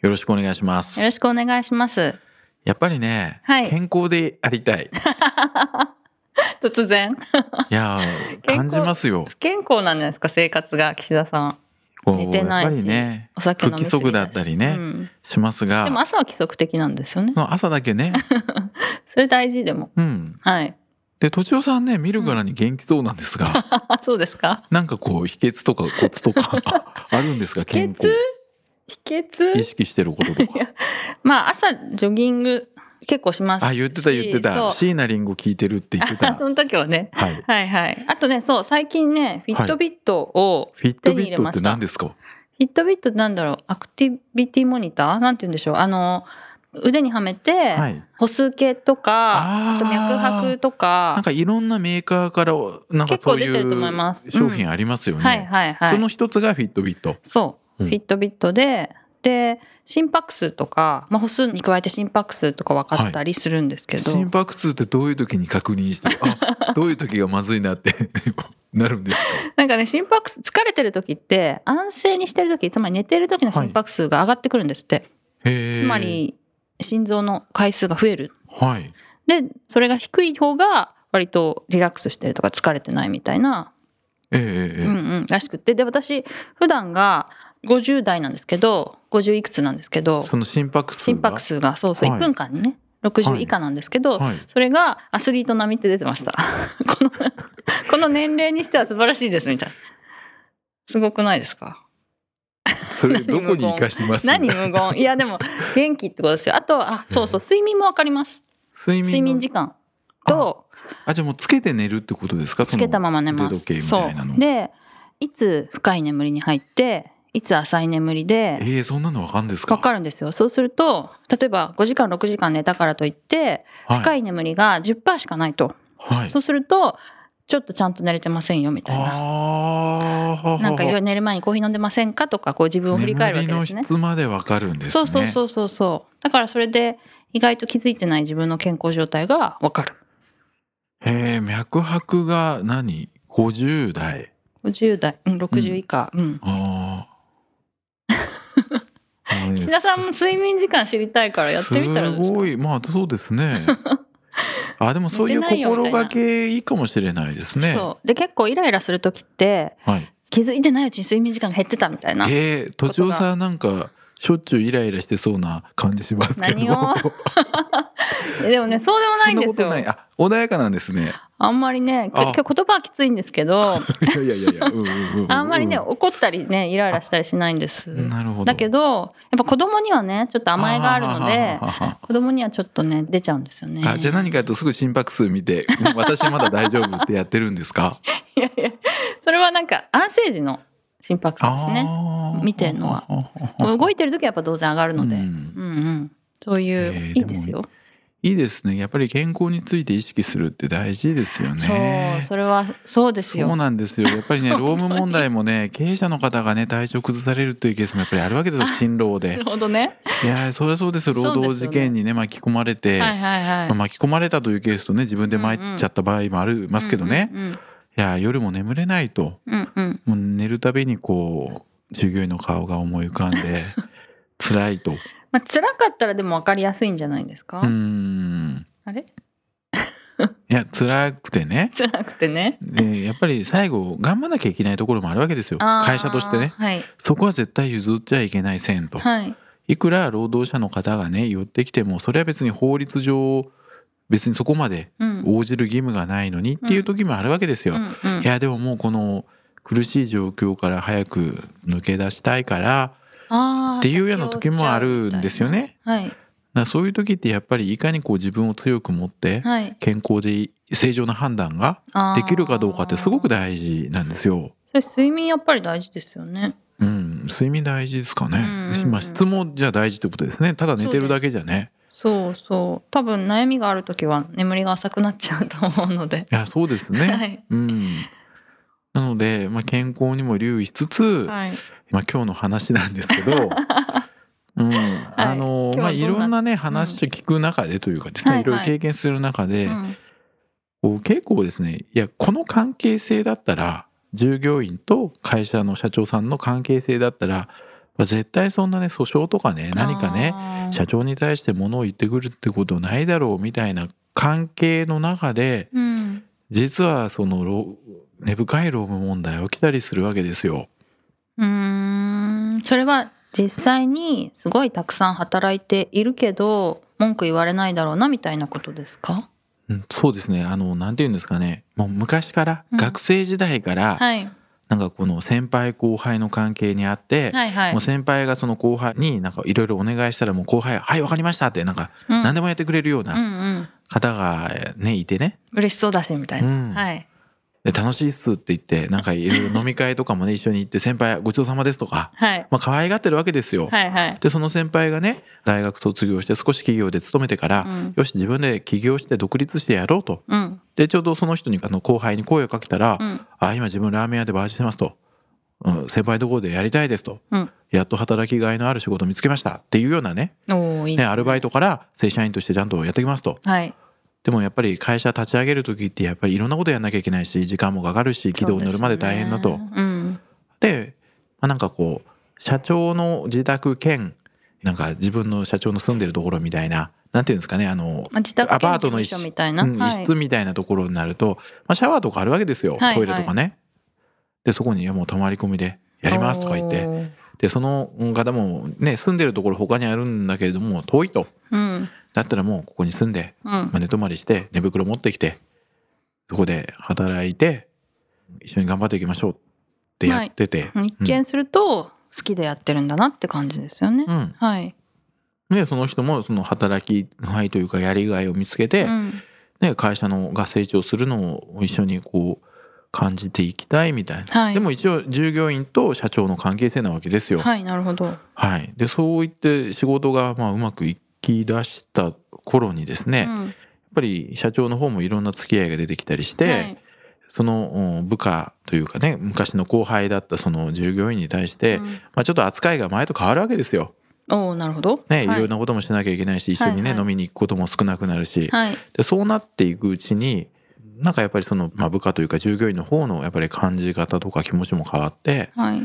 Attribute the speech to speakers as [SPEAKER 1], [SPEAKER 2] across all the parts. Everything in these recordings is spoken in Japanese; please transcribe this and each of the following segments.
[SPEAKER 1] よろしくお願いします
[SPEAKER 2] よろしくお願いします
[SPEAKER 1] やっぱりね、
[SPEAKER 2] はい
[SPEAKER 1] 健康であり たい
[SPEAKER 2] 突然
[SPEAKER 1] いやー
[SPEAKER 2] 健
[SPEAKER 1] 感
[SPEAKER 2] 康
[SPEAKER 1] じますよ
[SPEAKER 2] 不健康なんじゃないですか生活が岸田さん
[SPEAKER 1] こう
[SPEAKER 2] 寝てないし
[SPEAKER 1] やっぱりね
[SPEAKER 2] お酒飲みすぎ
[SPEAKER 1] 不規則だったりね
[SPEAKER 2] うん
[SPEAKER 1] しますが
[SPEAKER 2] でも朝は規則的なんですよね
[SPEAKER 1] その朝だ けね
[SPEAKER 2] それ大事でも
[SPEAKER 1] うん
[SPEAKER 2] はい
[SPEAKER 1] でとちおさんね見るからに元気そうなんですが、
[SPEAKER 2] あそうですか
[SPEAKER 1] なんかこう秘訣とかコツと かあるんですか
[SPEAKER 2] 秘
[SPEAKER 1] 健
[SPEAKER 2] 訣
[SPEAKER 1] 康
[SPEAKER 2] 秘
[SPEAKER 1] 意
[SPEAKER 2] 訣
[SPEAKER 1] 識してることと か
[SPEAKER 2] まあ朝ジョギング結構します
[SPEAKER 1] あ言ってた言ってた
[SPEAKER 2] しそう
[SPEAKER 1] 椎名林檎聞いてるって言って
[SPEAKER 2] あ
[SPEAKER 1] た
[SPEAKER 2] その時はね
[SPEAKER 1] はい
[SPEAKER 2] はいはいあとねそう最近ねフィットビットを、
[SPEAKER 1] フィット
[SPEAKER 2] 手に
[SPEAKER 1] ビッ
[SPEAKER 2] 入れ
[SPEAKER 1] ト
[SPEAKER 2] ま
[SPEAKER 1] って
[SPEAKER 2] した
[SPEAKER 1] 何ですか
[SPEAKER 2] フィットビットってなんだろうアクティビティモニターなんて言うんでしょうあの腕にはめて、
[SPEAKER 1] はい
[SPEAKER 2] 歩数計とかあ
[SPEAKER 1] あ
[SPEAKER 2] と
[SPEAKER 1] ー
[SPEAKER 2] 脈拍とか
[SPEAKER 1] なんかいろんなメーカーからなんか
[SPEAKER 2] 結
[SPEAKER 1] そ
[SPEAKER 2] 構
[SPEAKER 1] うい
[SPEAKER 2] 出てると思います
[SPEAKER 1] う商品ありますよね。
[SPEAKER 2] はいはいはい
[SPEAKER 1] その一つがフィットビット。
[SPEAKER 2] そう、
[SPEAKER 1] うん
[SPEAKER 2] フィットビットでで心拍数とか、まあ、歩数に加えて心拍数とか分かったりするんですけど、
[SPEAKER 1] 心拍数ってどういう時に確 認してるあどういう時がまずいなって なるんです
[SPEAKER 2] なんかね心拍数疲れてる時って安静にしてる時つまり寝てる時の心拍数が上がってくるんですって、
[SPEAKER 1] かへー
[SPEAKER 2] つまり心臓の回数が増える
[SPEAKER 1] はい
[SPEAKER 2] でそれが低い方が割とリラックスしてるとか疲れてないみたいな、
[SPEAKER 1] ええええ
[SPEAKER 2] うんうん、らしくってで私普段が50代なんですけど50いくつなんですけど
[SPEAKER 1] その心拍数が
[SPEAKER 2] 心拍数がそうそう
[SPEAKER 1] は
[SPEAKER 2] 1
[SPEAKER 1] い
[SPEAKER 2] 分間にね60以下なんですけど、
[SPEAKER 1] はい
[SPEAKER 2] それがアスリート並みって出てました このこの年齢にしては素晴らしいですみたいなすごくないですか
[SPEAKER 1] それどこに活かしま す
[SPEAKER 2] 何無言いやでも元気ってことですよあとあそうそう睡眠もわかります
[SPEAKER 1] 睡眠の
[SPEAKER 2] 睡眠時間と
[SPEAKER 1] あじゃあもうつけて寝るってことですかそ
[SPEAKER 2] つ
[SPEAKER 1] の
[SPEAKER 2] けたまま寝ま
[SPEAKER 1] 腕時計
[SPEAKER 2] すそ
[SPEAKER 1] みたいなの
[SPEAKER 2] うでいつ深い眠りに入っていつ浅い眠りで
[SPEAKER 1] ええそんなのわかるんですか
[SPEAKER 2] かかるんですよそうすると例えば5時間6時間寝たからといって深
[SPEAKER 1] い
[SPEAKER 2] い眠りが10%しかないと、
[SPEAKER 1] はい
[SPEAKER 2] そうするとちょっとちゃんと寝れてませんよみたいな
[SPEAKER 1] ああ
[SPEAKER 2] なんか夜寝る前にコーヒー飲んでませんかとかこう自分を振り返るわけです
[SPEAKER 1] 眠りの
[SPEAKER 2] ね。
[SPEAKER 1] 質までわかるんですね
[SPEAKER 2] そうそうそうそうそう。だからそれで意外と気づいてない自分の健康状態がわかる。
[SPEAKER 1] へえ脈拍が何50代
[SPEAKER 2] 50代、うん、60以下、うん。
[SPEAKER 1] あああのね
[SPEAKER 2] 岸田さんも睡眠時間知りたいからやってみたらどう
[SPEAKER 1] す
[SPEAKER 2] ですか
[SPEAKER 1] ごいまあそうで すねあでもそういう
[SPEAKER 2] 寝てないよみた
[SPEAKER 1] 心
[SPEAKER 2] いな
[SPEAKER 1] がけいいかもしれないですね
[SPEAKER 2] そう。で、結構イライラする時って、
[SPEAKER 1] はい
[SPEAKER 2] 気づいてないうちに睡眠時間が減ってたみたいな。
[SPEAKER 1] えー、とちおさんなんかしょっちゅうイライラしてそうな感じしますけど
[SPEAKER 2] 何をえ でもね、そうでもない
[SPEAKER 1] そん
[SPEAKER 2] ん
[SPEAKER 1] な
[SPEAKER 2] で
[SPEAKER 1] こ
[SPEAKER 2] す
[SPEAKER 1] と
[SPEAKER 2] よ。
[SPEAKER 1] ないあ穏やかなんです ね
[SPEAKER 2] あんまりね、き
[SPEAKER 1] あ
[SPEAKER 2] 今日言葉はきついんですけど、
[SPEAKER 1] いやいやいやいや、うん うんうんうん、
[SPEAKER 2] あんまりね、怒ったりね、イライラしたりしないんです。
[SPEAKER 1] なるほど
[SPEAKER 2] だけど、やっぱ子供にはね、ちょっと甘えがあるので
[SPEAKER 1] あ、はははは
[SPEAKER 2] 子供にはちょっとね、出ちゃうんですよね。
[SPEAKER 1] あじゃあ何かやるとすぐ心拍数見て「私まだ大丈夫」ってやってるんで すか
[SPEAKER 2] いやいや、それはなんか安静時の心拍数ですね。
[SPEAKER 1] あー
[SPEAKER 2] 見てんのは
[SPEAKER 1] あーあーあー
[SPEAKER 2] 動いてる時はやっぱ当然上がるので、う、
[SPEAKER 1] うんん
[SPEAKER 2] うんそういう、
[SPEAKER 1] えー
[SPEAKER 2] いいですよ。
[SPEAKER 1] いいですねやっぱり健康について意識するって大事ですよね
[SPEAKER 2] そう、それはそうです
[SPEAKER 1] そ
[SPEAKER 2] よ
[SPEAKER 1] う。なんですよやっぱり ね労務問題もね経営者の方がね体調崩されるというケースもやっぱりあるわけですよ辛労
[SPEAKER 2] な
[SPEAKER 1] で
[SPEAKER 2] るほどね。
[SPEAKER 1] いやーそりゃそうですよ労
[SPEAKER 2] そうで
[SPEAKER 1] 働
[SPEAKER 2] すよ
[SPEAKER 1] 事
[SPEAKER 2] ね
[SPEAKER 1] 件にね巻き込まれて、
[SPEAKER 2] はいはいはい。
[SPEAKER 1] まあ巻き込まれたというケースとね自分で参っちゃった場合もありますけどね、い
[SPEAKER 2] うん
[SPEAKER 1] やー夜も眠れないと
[SPEAKER 2] うんうん。うんうん
[SPEAKER 1] もう寝るたびにこう従業員の顔が思い浮かん で辛いと
[SPEAKER 2] まあ、辛かったらでも分かりやすいんじゃないですか、
[SPEAKER 1] うーん
[SPEAKER 2] あれ
[SPEAKER 1] いや辛くてね
[SPEAKER 2] 辛くてね。
[SPEAKER 1] でやっぱり最後頑張らなきゃいけないところもあるわけですよ
[SPEAKER 2] あー
[SPEAKER 1] 会社としてね
[SPEAKER 2] はい。
[SPEAKER 1] そこは絶対譲っちゃいけない線と
[SPEAKER 2] はい。
[SPEAKER 1] いくら労働者の方がね寄ってきてもそれは別に法律上別にそこまで
[SPEAKER 2] うん。
[SPEAKER 1] 応じる義務がないのにっていう時もあるわけですよ、
[SPEAKER 2] うんうん
[SPEAKER 1] いやでももうこの苦しい状況から早く抜け出したいから
[SPEAKER 2] あー
[SPEAKER 1] っていうような時もあるんですよ。ね
[SPEAKER 2] はい。
[SPEAKER 1] だからそういう時ってやっぱりいかにこう自分を強く持って
[SPEAKER 2] はい。
[SPEAKER 1] 健康で正常な判断が
[SPEAKER 2] あー
[SPEAKER 1] できるかどうかってすごく。大事なんですよ
[SPEAKER 2] それ睡眠やっぱり大事ですよね。
[SPEAKER 1] うん、睡眠大事ですかね、
[SPEAKER 2] うんうんうん
[SPEAKER 1] まあ質もじゃあ大事ってことですねただ寝てるだけじゃね
[SPEAKER 2] そうそう多分悩みがある時は眠りが浅くなっちゃうと思うので
[SPEAKER 1] いやそうですね、
[SPEAKER 2] はい
[SPEAKER 1] うんなので、まあ、健康にも留意しつつ、
[SPEAKER 2] はい
[SPEAKER 1] まあ、今日の話なんです けどうん、あの
[SPEAKER 2] 今日
[SPEAKER 1] まあ
[SPEAKER 2] はどん
[SPEAKER 1] い
[SPEAKER 2] な
[SPEAKER 1] ろんなね話を聞く中でというかですね、
[SPEAKER 2] はい
[SPEAKER 1] いろいろ
[SPEAKER 2] はい
[SPEAKER 1] 経験する中で、
[SPEAKER 2] うん
[SPEAKER 1] こう結構ですねいやこの関係性だったら従業員と会社の社長さんの関係性だったらまあ絶対そんなね訴訟とかね何かね
[SPEAKER 2] あー
[SPEAKER 1] 社長に対して物を言ってくるってことないだろうみたいな関係の中で
[SPEAKER 2] うん
[SPEAKER 1] 実はそのろ根深い労務問題起きたりするわけですよ。
[SPEAKER 2] うーんそれは実際にすごいたくさん働いているけど文句言われないだろうなみたいなことですか
[SPEAKER 1] うんそうですねあのなんて言うんですかねもう昔から、
[SPEAKER 2] うん
[SPEAKER 1] 学生時代から、
[SPEAKER 2] はい
[SPEAKER 1] なんかこの先輩後輩の関係にあって、
[SPEAKER 2] はいはい
[SPEAKER 1] もう先輩がその後輩になんかいろいろお願いしたらもう後輩「はいわかりました」ってなんか
[SPEAKER 2] うん
[SPEAKER 1] 何でもやってくれるよう
[SPEAKER 2] う
[SPEAKER 1] なん
[SPEAKER 2] うん
[SPEAKER 1] 方がねいてね、
[SPEAKER 2] 嬉しそうだしみたいうな、
[SPEAKER 1] ん
[SPEAKER 2] はい
[SPEAKER 1] で楽しいっすって言ってなんかいろいろ飲み会とかもね 一緒に行って「先輩ごちそうさまです」とか、
[SPEAKER 2] はい
[SPEAKER 1] まあ、可愛がってるわけですよ。
[SPEAKER 2] はいはい
[SPEAKER 1] でその先輩がね大学卒業して少し企業で勤めてから、
[SPEAKER 2] うん
[SPEAKER 1] よし自分で起業して独立してやろうと
[SPEAKER 2] うん
[SPEAKER 1] でちょうどその人にあの後輩に声をかけたら「
[SPEAKER 2] うん
[SPEAKER 1] あ今自分ラーメン屋でバイトしてます」と「うん、先輩どこでやりたいです」と
[SPEAKER 2] うん
[SPEAKER 1] 「やっと働きがいのある仕事見つけました」っていうようなね
[SPEAKER 2] おーいい
[SPEAKER 1] ねアルバイトから正社員としてちゃんとやってきますと。
[SPEAKER 2] はい
[SPEAKER 1] でもやっぱり会社立ち上げる時ってやっぱりいろんなことやんなきゃいけないし時間もかかるし軌道に乗るまで大変だ
[SPEAKER 2] そう
[SPEAKER 1] と
[SPEAKER 2] で。すねうん
[SPEAKER 1] で、まあ、なんかこう社長の自宅兼なんか自分の社長の住んでるところみたいななんていうんですかねあの
[SPEAKER 2] まあ、自宅
[SPEAKER 1] アパートの
[SPEAKER 2] 兼事
[SPEAKER 1] 一
[SPEAKER 2] 務所みたいな、
[SPEAKER 1] うん、
[SPEAKER 2] はい
[SPEAKER 1] 一室みたいなところになると、まあ、シャワーとかあるわけですよ、
[SPEAKER 2] はい
[SPEAKER 1] トイレとかね。でそこにいやもう泊まり込みでやりますとか言って
[SPEAKER 2] おー
[SPEAKER 1] でその方もね住んでるところ他にあるんだけれども遠いと
[SPEAKER 2] うん
[SPEAKER 1] だったらもうここに住んで、
[SPEAKER 2] うん
[SPEAKER 1] まあ、寝泊まりして寝袋持ってきてそこで働いて一緒に頑張っていきましょうってやってて、
[SPEAKER 2] 一見すると好きでやってるんだなって感じですよね。
[SPEAKER 1] うん、
[SPEAKER 2] はい。
[SPEAKER 1] でその人もその働きがいというかやりがいを見つけて、
[SPEAKER 2] うん
[SPEAKER 1] ね、会社のが成長するのを一緒にこう感じていきたいみたいな、
[SPEAKER 2] はい
[SPEAKER 1] でも一応従業員と社長の関係性なわけですよ。はい
[SPEAKER 2] はい、なるほど。
[SPEAKER 1] でそう言って仕事がまあうまくいきだした頃にですね、
[SPEAKER 2] う
[SPEAKER 1] やっ
[SPEAKER 2] ん
[SPEAKER 1] ぱり社長の方もいろんな付き合いが出てきたりして、
[SPEAKER 2] はい
[SPEAKER 1] そのうん部下というかね昔の後輩だったその従業員に対して、
[SPEAKER 2] うん
[SPEAKER 1] まあ、ちょっと扱いが前と変わるわけですよ。
[SPEAKER 2] おお、なるほど。
[SPEAKER 1] ね、い
[SPEAKER 2] は
[SPEAKER 1] ろいろなこともしなきゃいけないし一緒に
[SPEAKER 2] は
[SPEAKER 1] ね、
[SPEAKER 2] いはい
[SPEAKER 1] 飲みに行くことも少なくなるし、
[SPEAKER 2] はい。
[SPEAKER 1] でそうなっていくうちになんかやっぱりその、まあ、部下というか従業員の方のやっぱり感じ方とか気持ちも変わって
[SPEAKER 2] はい。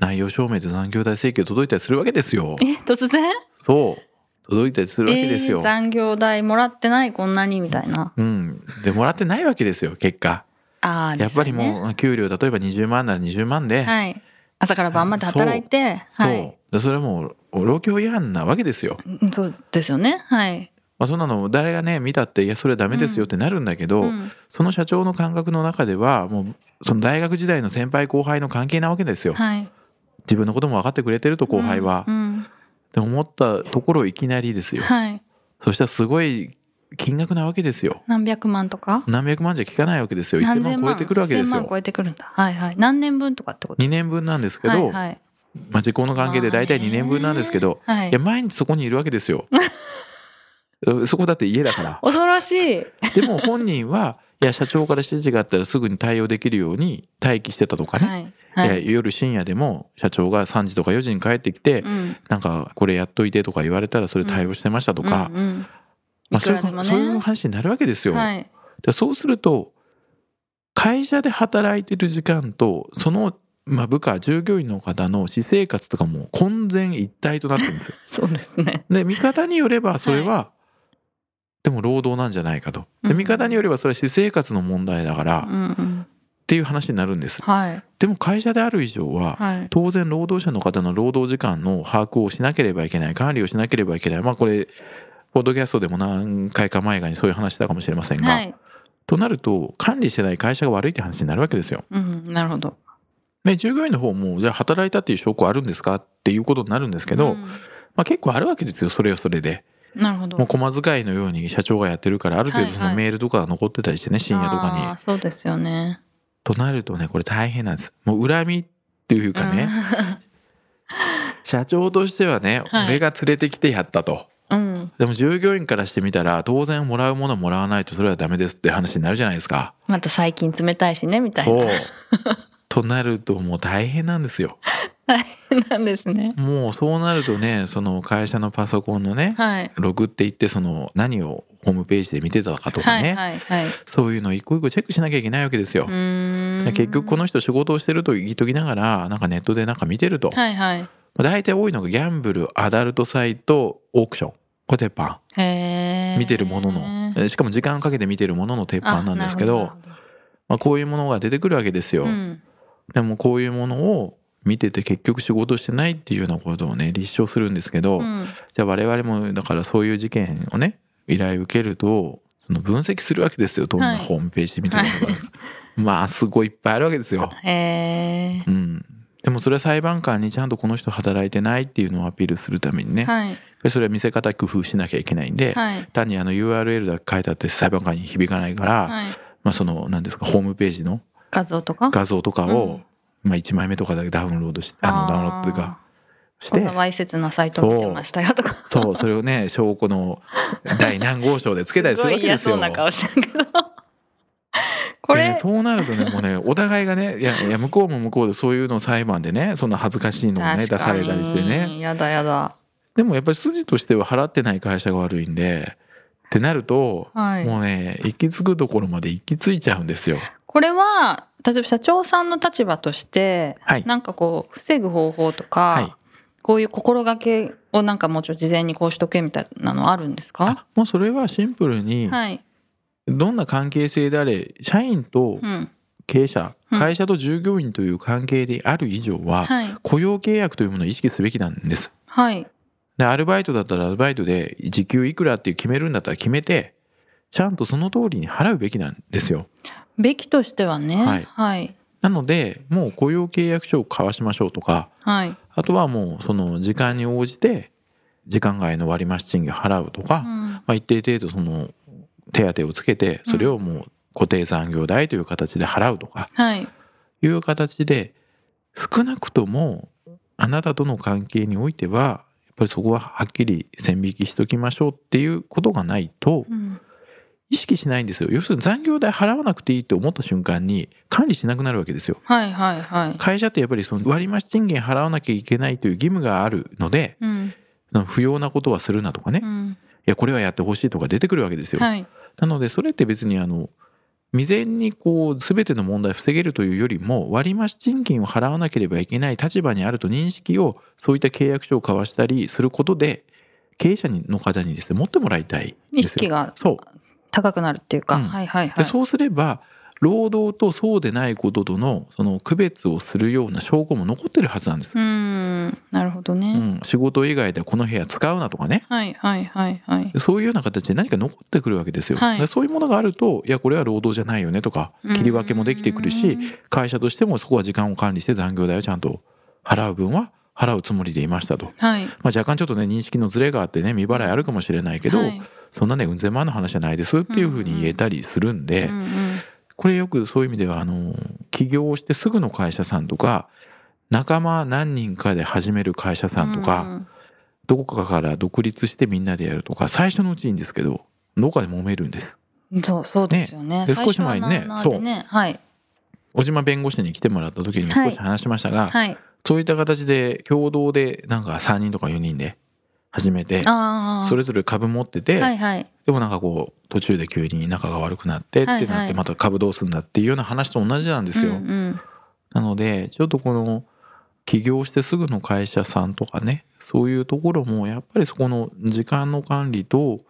[SPEAKER 1] 内容証明で残業代請求届いたりするわけですよ
[SPEAKER 2] え。、突然。
[SPEAKER 1] そう届いたりするわけですよ。
[SPEAKER 2] えー残業代もらってない、こんなにみたいな。
[SPEAKER 1] うん、でもらってないわけですよ結果。
[SPEAKER 2] ああ、
[SPEAKER 1] やっぱり
[SPEAKER 2] ですよね
[SPEAKER 1] もう給料例えば20万なら20万で、
[SPEAKER 2] はい。朝から晩まで働いて。は
[SPEAKER 1] そう
[SPEAKER 2] い。
[SPEAKER 1] でそれはもう労協違反なわけですよ。
[SPEAKER 2] うんそうですよね。はい。
[SPEAKER 1] まあ、そんなの誰がね見たっていやそれはダメですよってなるんだけど、
[SPEAKER 2] うん
[SPEAKER 1] その社長の感覚の中ではもうその大学時代の先輩後輩の関係なわけですよ。
[SPEAKER 2] はい。
[SPEAKER 1] 自分のことも分かってくれてると後輩は。
[SPEAKER 2] う
[SPEAKER 1] っ
[SPEAKER 2] ん。
[SPEAKER 1] て思ったところいきなりです
[SPEAKER 2] うん
[SPEAKER 1] よ。
[SPEAKER 2] はい。
[SPEAKER 1] そしたらすごい金額なわけですよ。
[SPEAKER 2] 何百万とか。
[SPEAKER 1] 何百万じゃ効かないわけですよ。
[SPEAKER 2] 何
[SPEAKER 1] 1,000
[SPEAKER 2] 千
[SPEAKER 1] 万超えてくるわけです
[SPEAKER 2] 1000万
[SPEAKER 1] よ。
[SPEAKER 2] 超えてくるんだ。はいはい。何年分とかってこと。
[SPEAKER 1] 2年分なんですけど、
[SPEAKER 2] はいはい。
[SPEAKER 1] まあ、時効の関係で大体2年分なんですけど、
[SPEAKER 2] まあねはい
[SPEAKER 1] いや毎日そこにいるわ けですよ。そこだって家だから。
[SPEAKER 2] 恐ろしい。
[SPEAKER 1] でも本人はいや社長から指示があったらすぐに対応できるように待機してたとかね、
[SPEAKER 2] はい。はい
[SPEAKER 1] いや夜深夜でも社長が3時とか4時に帰ってきて、
[SPEAKER 2] うん。
[SPEAKER 1] なんかこれやっといてとか言われたらそれ対応してましたとか、
[SPEAKER 2] うんうん
[SPEAKER 1] まあ、
[SPEAKER 2] いく
[SPEAKER 1] そうい
[SPEAKER 2] らで
[SPEAKER 1] う
[SPEAKER 2] もね
[SPEAKER 1] そういう話になるわけですよ。
[SPEAKER 2] はい。
[SPEAKER 1] でそうすると会社で働いてる時間とその、まあ、部下従業員の方の私生活とかも混然一体となってるんですよ。
[SPEAKER 2] そうですね。
[SPEAKER 1] で見方によればそれは、でも労働なんじゃないかと。で
[SPEAKER 2] うん
[SPEAKER 1] 見方によればそれは私生活の問題だから、
[SPEAKER 2] うんうん。
[SPEAKER 1] っていう話になるんです。
[SPEAKER 2] はい。
[SPEAKER 1] でも会社である以上は、
[SPEAKER 2] はい。
[SPEAKER 1] 当然労働者の方の労働時間の把握をしなければいけない管理をしなければいけないまあこれポッドキャストでも何回か前にそういう話したかもしれませんが、
[SPEAKER 2] はい。
[SPEAKER 1] となると管理してない会社が悪いって話になるわけですよ。
[SPEAKER 2] うん。なるほど。
[SPEAKER 1] で従業員の方もじゃあ働いたっていう証拠あるんですかっていうことになるんですけど、
[SPEAKER 2] うん
[SPEAKER 1] まあ、結構あるわけですよそれはそれで。
[SPEAKER 2] なるほど。
[SPEAKER 1] もう駒遣いのように社長がやってるからある程度そ
[SPEAKER 2] はいは
[SPEAKER 1] の
[SPEAKER 2] い
[SPEAKER 1] メールとかが残ってたりしてね深夜とかに。
[SPEAKER 2] あーそうですよね。
[SPEAKER 1] となるとねこれ大変なんですもう恨みっていうかね、社長としてはね、
[SPEAKER 2] はい
[SPEAKER 1] 俺が連れてきてやったと。
[SPEAKER 2] うん。
[SPEAKER 1] でも従業員からしてみたら当然もらうものもらわないとそれはダメですって話になるじゃないですか。
[SPEAKER 2] また最近冷たいしね、みたい
[SPEAKER 1] そう
[SPEAKER 2] な。。
[SPEAKER 1] となるともう大変なんですよ。
[SPEAKER 2] 大変 なんですね。
[SPEAKER 1] もうそうなるとねその会社のパソコンのね、
[SPEAKER 2] はい。
[SPEAKER 1] ログって言ってその何をホームページで見てたかとか
[SPEAKER 2] は
[SPEAKER 1] ね、
[SPEAKER 2] いはいはい。う
[SPEAKER 1] そういうのを一個一個チェックしなきゃいけないわけですよ。
[SPEAKER 2] ーん。
[SPEAKER 1] 結局この人仕事をしてると言いときながらなんかネットでなんか見てると、
[SPEAKER 2] はいはい。
[SPEAKER 1] 大体多いのがギャンブルアダルトサイトオークションこれ鉄板
[SPEAKER 2] へえ。
[SPEAKER 1] 見てるものの、えーしかも時間をかけて見てるものの鉄板なんですけど
[SPEAKER 2] あなるほ
[SPEAKER 1] まあ、こういうものが出てくるわけですよ、
[SPEAKER 2] どうん。
[SPEAKER 1] でもこういうものを見てて結局仕事してないっていうようなことをね立証するんですけど、
[SPEAKER 2] うん
[SPEAKER 1] じゃあ我々もだからそういう事件をね依頼受けるとその分析するわけですよどん
[SPEAKER 2] は
[SPEAKER 1] ないホームページ見てるのか、 まあすごいいっぱいあるわけですよ。
[SPEAKER 2] へ
[SPEAKER 1] うん、でもそれは裁判官にちゃんとこの人働いてないっていうのをアピールするためにね、
[SPEAKER 2] え。はい
[SPEAKER 1] でそれは見せ方工夫しなきゃいけないんで、
[SPEAKER 2] はい
[SPEAKER 1] 単にあの URL だけ書いてあって裁判官に響かないから、
[SPEAKER 2] はい。
[SPEAKER 1] まあその何ですかホームページの
[SPEAKER 2] 画像とか。
[SPEAKER 1] 画像とかを、まあ、1枚目とかだけダウンロードしあのダウンロードというかし
[SPEAKER 2] こん
[SPEAKER 1] て
[SPEAKER 2] なわいせつなサイト見てましたよとか。
[SPEAKER 1] そうそれをね証拠の第何号証でつけたりす
[SPEAKER 2] ご
[SPEAKER 1] るわ
[SPEAKER 2] い
[SPEAKER 1] けで
[SPEAKER 2] 嫌
[SPEAKER 1] す
[SPEAKER 2] そ
[SPEAKER 1] よ。
[SPEAKER 2] うな顔してるけど。こ
[SPEAKER 1] でね
[SPEAKER 2] れ。
[SPEAKER 1] そうなるとねもうね お互いがねいやいや向こうも向こうでそういうの裁判でねそんな恥ずかしいのをね出
[SPEAKER 2] 確
[SPEAKER 1] さ
[SPEAKER 2] か
[SPEAKER 1] れ
[SPEAKER 2] に
[SPEAKER 1] たりしてね
[SPEAKER 2] やだやだ。
[SPEAKER 1] でもやっぱり筋としては払ってない会社が悪いんでってなると、
[SPEAKER 2] はい。
[SPEAKER 1] もうね行き着くところまで行き着いちゃうんですよ。
[SPEAKER 2] これは例えば社長さんの立場として、
[SPEAKER 1] はい
[SPEAKER 2] なんかこう防ぐ方法とか、
[SPEAKER 1] はい
[SPEAKER 2] こういう心がけをなんかもうちょっと事前にこうしとけみたいなのあるんですか
[SPEAKER 1] あもうそれはシンプルに、
[SPEAKER 2] はい、
[SPEAKER 1] どんな関係性であれ社員と
[SPEAKER 2] うん
[SPEAKER 1] 経営者、
[SPEAKER 2] うん
[SPEAKER 1] 会社と従業員という関係である以上は、
[SPEAKER 2] はい
[SPEAKER 1] 雇用契約というものを意識すべきなんです。
[SPEAKER 2] はい、
[SPEAKER 1] でアルバイトだったらアルバイトで時給いくらっていう決めるんだったら決めてちゃんとその通りに払うべきなんですよ。
[SPEAKER 2] べきとしてはね
[SPEAKER 1] はい
[SPEAKER 2] はい
[SPEAKER 1] なのでもう雇用契約書を交わしましょうとか
[SPEAKER 2] はい
[SPEAKER 1] あとはもうその時間に応じて時間外の割増賃金を払うとか、
[SPEAKER 2] う
[SPEAKER 1] ま
[SPEAKER 2] ん
[SPEAKER 1] あ、一定程度その手当をつけてそれをもう固定残業代という形で払うとか
[SPEAKER 2] はい
[SPEAKER 1] いう形で少なくともあなたとの関係においてはやっぱりそこははっきり線引きしときましょうっていうことがないと
[SPEAKER 2] うん
[SPEAKER 1] 意識しないんですよ要するに残業代払わなくていいと思った瞬間に管理しなくなるわけですよ
[SPEAKER 2] はいはいはい
[SPEAKER 1] 会社ってやっぱりその割増賃金払わなきゃいけないという義務があるので
[SPEAKER 2] うん
[SPEAKER 1] その不要なことはするなとかね、
[SPEAKER 2] う
[SPEAKER 1] い
[SPEAKER 2] ん
[SPEAKER 1] やこれはやってほしいとか出てくるわけですよ、
[SPEAKER 2] はい
[SPEAKER 1] なのでそれって別にあの未然にこう全ての問題を防げるというよりも割増賃金を払わなければいけない立場にあると認識をそういった契約書を交わしたりすることで経営者の方にですね持ってもらいたいん
[SPEAKER 2] 意
[SPEAKER 1] ですよ。
[SPEAKER 2] 識が
[SPEAKER 1] そう
[SPEAKER 2] 高くなるっていうか、
[SPEAKER 1] うん
[SPEAKER 2] はいはいは
[SPEAKER 1] で
[SPEAKER 2] い
[SPEAKER 1] そうすれば労働とそうでないこととのその区別をするような証拠も残ってるはずなんです。
[SPEAKER 2] うんなるほどね、
[SPEAKER 1] うん、仕事以外でこの部屋使うなとかね
[SPEAKER 2] はいはいはいはい
[SPEAKER 1] でそういうような形で何か残ってくるわけですよ、
[SPEAKER 2] はい
[SPEAKER 1] でそういうものがあるといやこれは労働じゃないよねとか切り分けもできてくるし
[SPEAKER 2] うん
[SPEAKER 1] 会社としてもそこは時間を管理して残業代をちゃんと払う分は払うつもりでいましたと、ま
[SPEAKER 2] はい
[SPEAKER 1] あ、若干ちょっとね認識のズレがあってね未払いあるかもしれないけど、
[SPEAKER 2] はい
[SPEAKER 1] そんなねうん千万の話じゃないですっていうふうに言えたりするんで、
[SPEAKER 2] うんうん
[SPEAKER 1] これよくそういう意味ではあの起業してすぐの会社さんとか仲間何人かで始める会社さんとか、
[SPEAKER 2] うん
[SPEAKER 1] どこかから独立してみんなでやるとか最初のうちいいんですけどどっかで揉めるんです
[SPEAKER 2] そうそうですよね。
[SPEAKER 1] で少し前にね
[SPEAKER 2] 最初はなーなーでねはい
[SPEAKER 1] 小島弁護士に来てもらった時にも
[SPEAKER 2] はい
[SPEAKER 1] 少し話しましたが、
[SPEAKER 2] はい。
[SPEAKER 1] そういった形で共同でなんか3人とか4人で始めて
[SPEAKER 2] ああ。
[SPEAKER 1] それぞれ株持ってて、
[SPEAKER 2] はいはい
[SPEAKER 1] でもなんかこう途中で急に仲が悪くなってってなって、
[SPEAKER 2] はいはい
[SPEAKER 1] また株どうすんだっていうような話と同じなんですよ。
[SPEAKER 2] うんうん
[SPEAKER 1] なのでちょっとこの起業してすぐの会社さんとかねそういうところもやっぱりそこの時間の管理と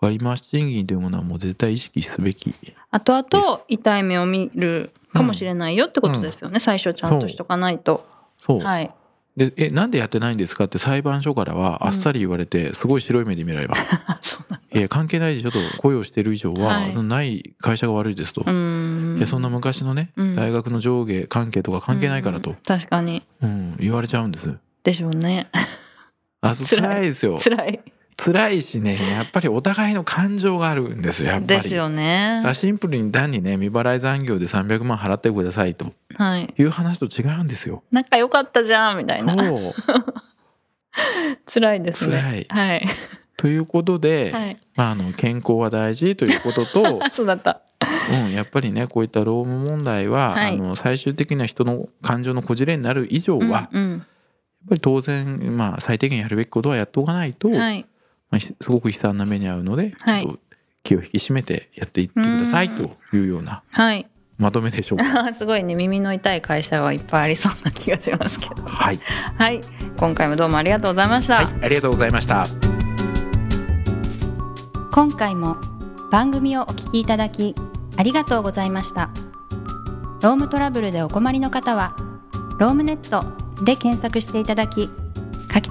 [SPEAKER 1] 割増賃金というものはもう絶対意識すべき
[SPEAKER 2] 後
[SPEAKER 1] で
[SPEAKER 2] 々
[SPEAKER 1] す
[SPEAKER 2] 痛い目を見るかもしれないよってことですよね。最初ちゃんとしとかないと。
[SPEAKER 1] そう、
[SPEAKER 2] はい。
[SPEAKER 1] でえなんでやってないんですかって裁判所からはあっさり言われてすごい白い目で見られ ます、
[SPEAKER 2] あそうなん。
[SPEAKER 1] いや関係ないでしょと雇用してる以上は、
[SPEAKER 2] はい
[SPEAKER 1] そのない会社が悪いですと、
[SPEAKER 2] うーん。
[SPEAKER 1] いやそんな昔のね、
[SPEAKER 2] うん
[SPEAKER 1] 大学の上下関係とか関係ないからと
[SPEAKER 2] うん、確かに
[SPEAKER 1] うん言われちゃうんです
[SPEAKER 2] でしょうね。
[SPEAKER 1] あ辛いですよ
[SPEAKER 2] 辛い。
[SPEAKER 1] 辛い しねやっぱりお互いの感情があるんですよやっぱり
[SPEAKER 2] ですよね
[SPEAKER 1] だから。シンプルに単にね未払い残業で300万払ってくださいと
[SPEAKER 2] はい。
[SPEAKER 1] いう話と違うんですよ
[SPEAKER 2] 仲良かったじゃんみたいな。
[SPEAKER 1] そう
[SPEAKER 2] 辛いですね。
[SPEAKER 1] 辛い
[SPEAKER 2] はい。
[SPEAKER 1] ということ で、
[SPEAKER 2] はい。
[SPEAKER 1] まあ、あの健康は大事ということと
[SPEAKER 2] あ、そうだった。
[SPEAKER 1] うん、やっぱりねこういった労務問題は、
[SPEAKER 2] はい
[SPEAKER 1] あの最終的な人の感情のこじれになる以上は、やっ
[SPEAKER 2] うん
[SPEAKER 1] ぱり当然、まあ、最低限やるべきことはやっておかないと、
[SPEAKER 2] うん。はい。
[SPEAKER 1] まあひすごく悲惨な目に遭うので、
[SPEAKER 2] はい
[SPEAKER 1] ちょっと気を引き締めてやっていってくださいというような
[SPEAKER 2] はい。
[SPEAKER 1] まとめでしょうか。
[SPEAKER 2] すごいね耳の痛い会社はいっぱいありそうな気がしますけど。
[SPEAKER 1] はい、
[SPEAKER 2] はい。今回もどうもありがとうございました。
[SPEAKER 1] ありがとうございました。
[SPEAKER 2] 今回も番組をお聞きいただきありがとうございましたロームトラブルでお困りの方はロームネットで検索していただき柿